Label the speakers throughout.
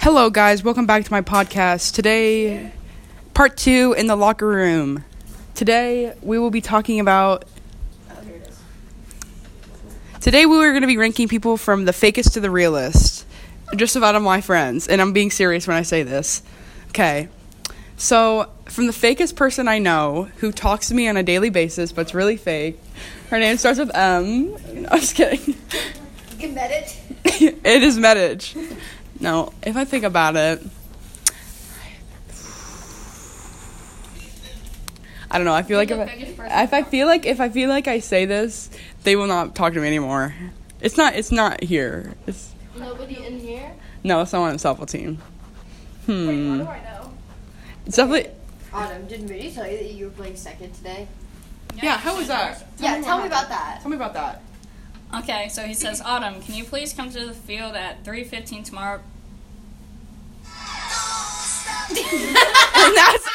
Speaker 1: Hello, guys. Welcome back to my podcast. Today, part two in the locker room. Today, we will be talking about. Today, we are going to be ranking people from the fakest to the realest. Just about all my friends. And I'm being serious when I say this. Okay. So, from the fakest person I know who talks to me on a daily basis but's really fake, her name starts with M. No, I'm just kidding.
Speaker 2: can bet it.
Speaker 1: it is Medich. No, if I think about it, I don't know. I feel like if I, if I feel like if I feel like I say this, they will not talk to me anymore. It's not. It's not here. It's
Speaker 2: Nobody in here?
Speaker 1: no. It's not on the softball team. Hmm.
Speaker 2: I know?
Speaker 1: It's definitely.
Speaker 2: Autumn, did Moody tell you that you were playing second today?
Speaker 1: Yeah. How was that?
Speaker 2: yeah, tell me about that.
Speaker 1: Tell me about that.
Speaker 3: Okay, so he says, Autumn, can you please come to the field at 3.15 tomorrow?
Speaker 1: And that's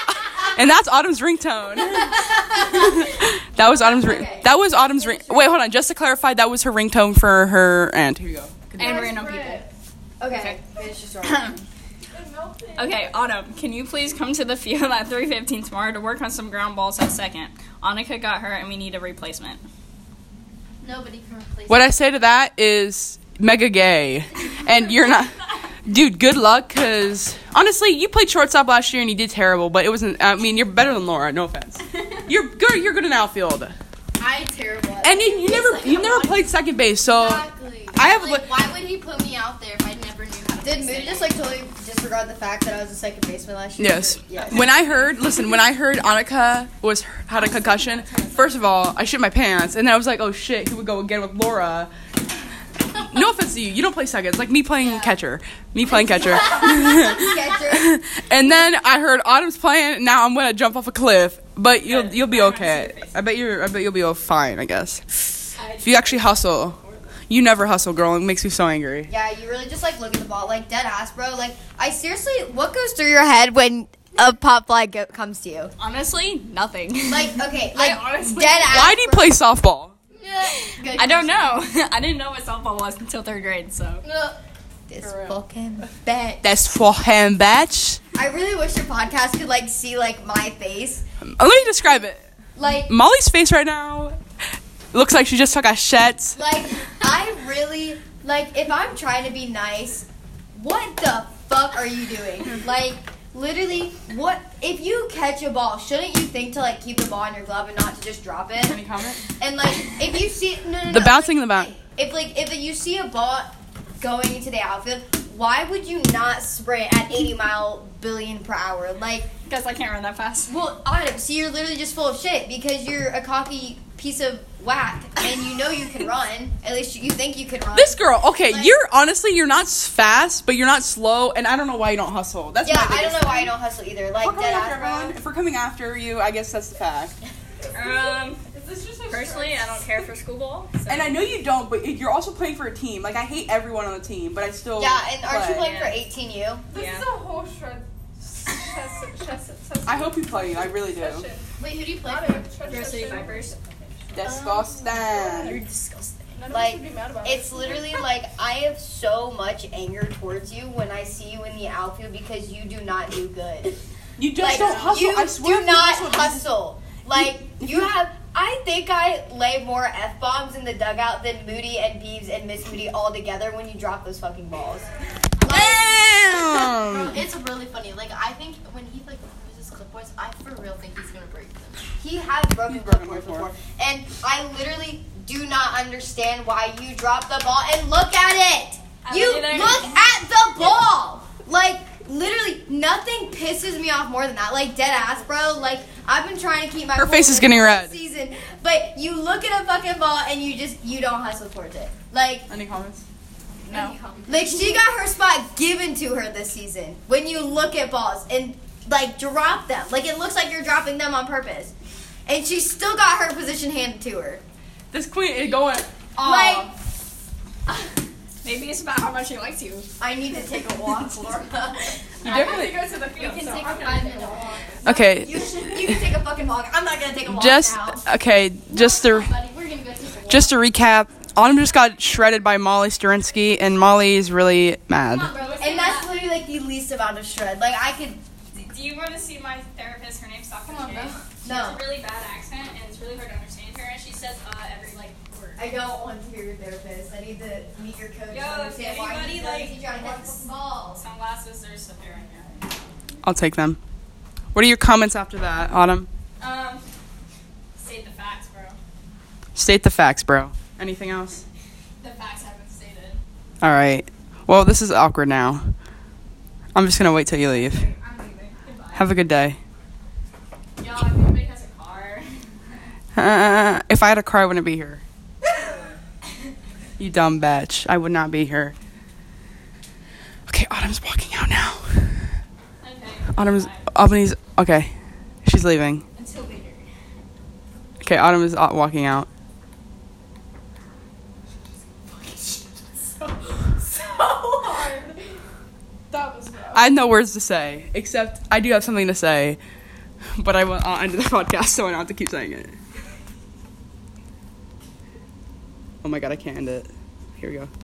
Speaker 1: and that's Autumn's ringtone. that was Autumn's ring. That was Autumn's ring. Wait, hold on. Just to clarify, that was her ringtone for her and here you go.
Speaker 3: And random people.
Speaker 2: Okay, finish your story.
Speaker 3: Okay, Autumn, can you please come to the field at 3.15 tomorrow to work on some ground balls at second? Annika got hurt and we need a replacement.
Speaker 4: Nobody can replace
Speaker 1: What I say to that is mega gay, and you're not, dude. Good luck, cause honestly, you played shortstop last year and you did terrible. But it wasn't. I mean, you're better than Laura. No offense. You're good. You're good in outfield,
Speaker 4: I terrible. at
Speaker 1: and you, you never
Speaker 4: Like,
Speaker 1: you
Speaker 4: I'm
Speaker 1: never
Speaker 4: not-
Speaker 1: played second base. So
Speaker 4: Exactly.
Speaker 1: oh, I have
Speaker 4: Like,
Speaker 1: li-
Speaker 4: why would he put me out there if I never knew how
Speaker 2: Did
Speaker 4: to play
Speaker 2: Moody
Speaker 4: second?
Speaker 2: just like totally disregard the fact that I was a second baseman last year?
Speaker 1: yes.
Speaker 2: Yes.
Speaker 1: When I heard, listen, when I heard Annika was had a concussion, first of all, I shit my pants, and then I was like, oh shit, he would go again with Laura. No offense to you, you don't play second. It's like me playing catcher, me playing catcher.
Speaker 2: Catcher.
Speaker 1: And then I heard Autumn's playing. Now I'm gonna jump off a cliff, but you'll you'll be okay. I bet you're. I bet you'll be all fine. I guess if you actually hustle. You never hustle, girl. It makes me so angry.
Speaker 2: yeah, you really just like look at the ball like dead ass, bro. Like, I seriously, what goes through your head when a pop fly go- comes to you?
Speaker 3: Honestly, nothing.
Speaker 2: Like, okay, like
Speaker 3: honestly-
Speaker 2: dead ass.
Speaker 1: Why do you play softball?
Speaker 4: Good
Speaker 3: I don't know. I didn't know what softball was until third grade, so.
Speaker 2: this fucking bet?
Speaker 1: That's for him, bitch.
Speaker 2: I really wish your podcast could like see like my face,
Speaker 1: Uh, Let me describe it.
Speaker 2: like.
Speaker 1: Molly's face right now looks like she just took a shit.
Speaker 2: Like, I really like if I'm trying to be nice, what the fuck are you doing? Like, literally, what if you catch a ball, shouldn't you think to like keep the ball in your glove and not to just drop it?
Speaker 1: Any comment?
Speaker 2: And like if you see no no, no
Speaker 1: The
Speaker 2: no,
Speaker 1: bouncing
Speaker 2: like,
Speaker 1: in the back.
Speaker 2: If like if you see a ball going into the outfield, why would you not sprint at 80 mile billion per hour? Like
Speaker 3: Because I can't run that fast.
Speaker 2: well, Autumn, so you're literally just full of shit because you're a cocky piece of whack, and you know you can run. At least you think you can run.
Speaker 1: This girl, okay,
Speaker 2: Like-
Speaker 1: you're honestly you're not s- fast, but you're not slow, and I don't know why you don't hustle. That's
Speaker 2: yeah,
Speaker 1: my
Speaker 2: I don't
Speaker 1: biggest
Speaker 2: know why I don't hustle either. Like dead ass.
Speaker 1: If we're coming after you, I guess that's the fact.
Speaker 3: Um, personally, I don't care for school ball. So.
Speaker 1: And I know you don't, but you're also playing for a team. Like I hate everyone on the team, but I still.
Speaker 2: bro. Yeah, and aren't you
Speaker 1: play.
Speaker 2: playing for 18U?
Speaker 5: This
Speaker 3: Yeah.
Speaker 5: is a whole shred. Chess, chess,
Speaker 1: I hope you play. I really do.
Speaker 4: Wait, who do you play for?
Speaker 5: University Vipers.
Speaker 2: Oh
Speaker 1: Disgusting.
Speaker 4: disgusting.
Speaker 2: Like,
Speaker 5: Like, be mad about
Speaker 2: It's literally like I have so much anger towards you when I see you in the outfield because you do not do good.
Speaker 1: You just
Speaker 2: Like
Speaker 1: don't hustle.
Speaker 2: you
Speaker 1: I swear.
Speaker 2: do
Speaker 1: if
Speaker 2: not
Speaker 1: you
Speaker 2: hustle.
Speaker 1: hustle.
Speaker 2: Like you have. I think I lay more f bombs in the dugout than Moody and Beeves and Miss Moody all together when you drop those fucking balls.
Speaker 1: Damn.
Speaker 4: It's really funny. Like I think when he like loses clipboards, I for real think he's gonna break them.
Speaker 2: He has broken
Speaker 1: He's broken
Speaker 2: clipboards
Speaker 1: before.
Speaker 2: before. And I literally do not understand why you drop the ball and look at it.
Speaker 3: I
Speaker 2: you
Speaker 3: don't either.
Speaker 2: look at the ball. Like literally nothing pisses me off more than that. Like dead ass, bro. Like I've been trying to keep my
Speaker 1: Her
Speaker 2: cool
Speaker 1: face is
Speaker 2: this
Speaker 1: getting
Speaker 2: whole
Speaker 1: red.
Speaker 2: Season, but you look at a fucking ball and you just you don't hustle towards it. Like
Speaker 1: Any comments?
Speaker 3: No.
Speaker 2: like she got her spot given to her this season. When you look at balls and like drop them, like it looks like you're dropping them on purpose, and she still got her position handed to her.
Speaker 1: This queen is going.
Speaker 2: Like
Speaker 3: Maybe it's about how much he likes you.
Speaker 2: I need to take a walk, Laura.
Speaker 1: You
Speaker 5: I have to
Speaker 1: definitely.
Speaker 5: go to the field.
Speaker 4: Can
Speaker 5: so
Speaker 4: take
Speaker 5: I'm gonna-
Speaker 4: five minutes walk.
Speaker 1: Okay.
Speaker 2: you should, you can take a fucking walk. I'm not gonna take a walk now.
Speaker 1: Just okay. Just the.
Speaker 4: Buddy, we're gonna go take a walk.
Speaker 1: Just to recap, Autumn just got shredded by Molly Sterinsky, and Molly's really mad.
Speaker 4: Bro, let's
Speaker 2: And
Speaker 4: do
Speaker 2: that's
Speaker 4: that.
Speaker 2: be like the least amount of shred. Like I could
Speaker 3: Do- Do you want to see my therapist? Her name's Dr.
Speaker 2: Come on,
Speaker 3: Shay.
Speaker 2: bro.
Speaker 3: She
Speaker 2: No.
Speaker 3: has a really bad accent, and it's really hard to understand her. And she says uh every like word.
Speaker 2: I don't want to hear your therapist. I need to meet your coach.
Speaker 3: Yo,
Speaker 2: and understand why
Speaker 3: anybody,
Speaker 2: he's
Speaker 3: like,
Speaker 2: he's trying to hit the ball.
Speaker 3: Sunglasses. There's some hair in here.
Speaker 1: I'll take them. What are your comments after that, Autumn?
Speaker 3: Um, state the facts, bro.
Speaker 1: State the facts, bro. Anything else?
Speaker 3: The facts haven't stated.
Speaker 1: All right. Well, this is awkward now. I'm just gonna wait till you leave.
Speaker 3: I'm leaving. Goodbye.
Speaker 1: Have a good day.
Speaker 3: Y'all, if anybody has a car,
Speaker 1: Uh, if I had a car, I wouldn't be here. you dumb bitch. I would not be here. Okay, Autumn's walking out now.
Speaker 3: okay.
Speaker 1: Autumn's.
Speaker 3: Goodbye.
Speaker 1: Albany's. Okay. She's leaving.
Speaker 3: Until later.
Speaker 1: Okay, Autumn is uh, walking out. I have no words to say, except I do have something to say, but I will I'll end the podcast, so I don't have to keep saying it. Oh my god, I can't end it. Here we go.